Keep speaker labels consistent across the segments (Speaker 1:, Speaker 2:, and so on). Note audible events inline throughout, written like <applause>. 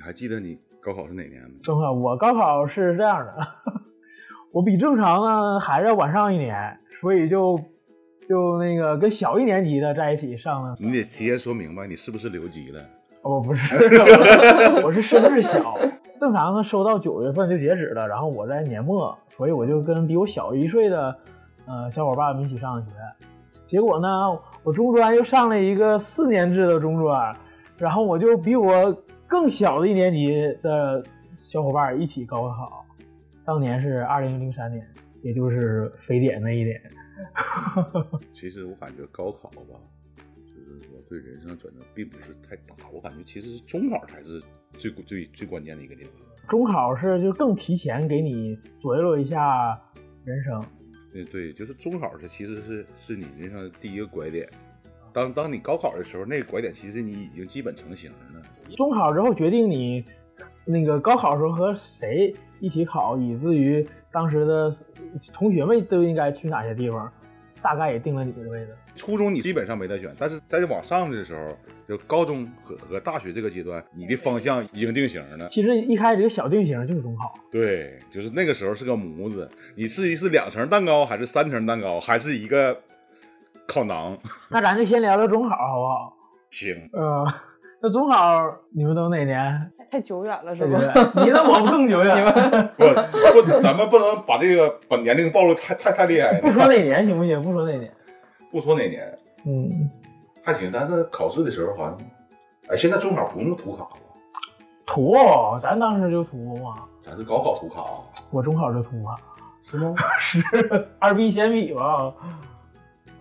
Speaker 1: 还记得你高考是哪年吗？
Speaker 2: 正好我高考是这样的，我比正常呢还是要晚上一年，所以就就那个跟小一年级的在一起上了。
Speaker 1: 你得提前说明白，你是不是留级了？
Speaker 2: 哦，不是， <laughs> 我是生日小，正常的收到九月份就截止了，然后我在年末，所以我就跟比我小一岁的呃小伙伴们一起上学。结果呢，我中专又上了一个四年制的中专，然后我就比我更小的一年级的小伙伴一起高考。当年是二零零三年，也就是非典那一年。
Speaker 1: 其实我感觉高考吧，就是说对人生的转折并不是太大，我感觉其实是中考才是最最最关键的一个阶段。
Speaker 2: 中考是就更提前给你左右一下人生。
Speaker 1: 对对，就是中考是其实是是你人生的第一个拐点。当当你高考的时候，那个拐点其实你已经基本成型了。
Speaker 2: 中考之后决定你那个高考时候和谁一起考，以至于当时的同学们都应该去哪些地方，大概也定了你的位置。
Speaker 1: 初中你基本上没得选，但是在往上的时候，就高中和和大学这个阶段，你的方向已经定型了。
Speaker 2: 其实一开始这个小定型就是中考，
Speaker 1: 对，就是那个时候是个模子，你是一是两层蛋糕，还是三层蛋糕，还是一个烤馕？
Speaker 2: 那咱就先聊聊中考好不好？
Speaker 1: <laughs> 行，
Speaker 2: 呃，那中考你们都哪 <laughs> 年？
Speaker 3: 太久远了，是
Speaker 2: 对不
Speaker 3: 吗？
Speaker 2: 对？你那我们更久远， <laughs>
Speaker 1: 不不，咱们不能把这个把年龄暴露太太太厉害
Speaker 2: 不说哪年行不行？不说哪年，
Speaker 1: 不说哪年
Speaker 2: 嗯，
Speaker 1: 还行，但是考试的时候好像，哎，现在中考不用涂卡了，
Speaker 2: 图，咱当时就图嘛，
Speaker 1: 咱是高考涂卡啊，
Speaker 2: 我中考就图啊，
Speaker 1: 是吗？
Speaker 2: 是二逼铅笔吧？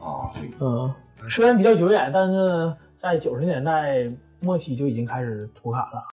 Speaker 1: 啊，对，
Speaker 2: 嗯，虽然比较久远，但是在九十年代末期就已经开始涂卡了。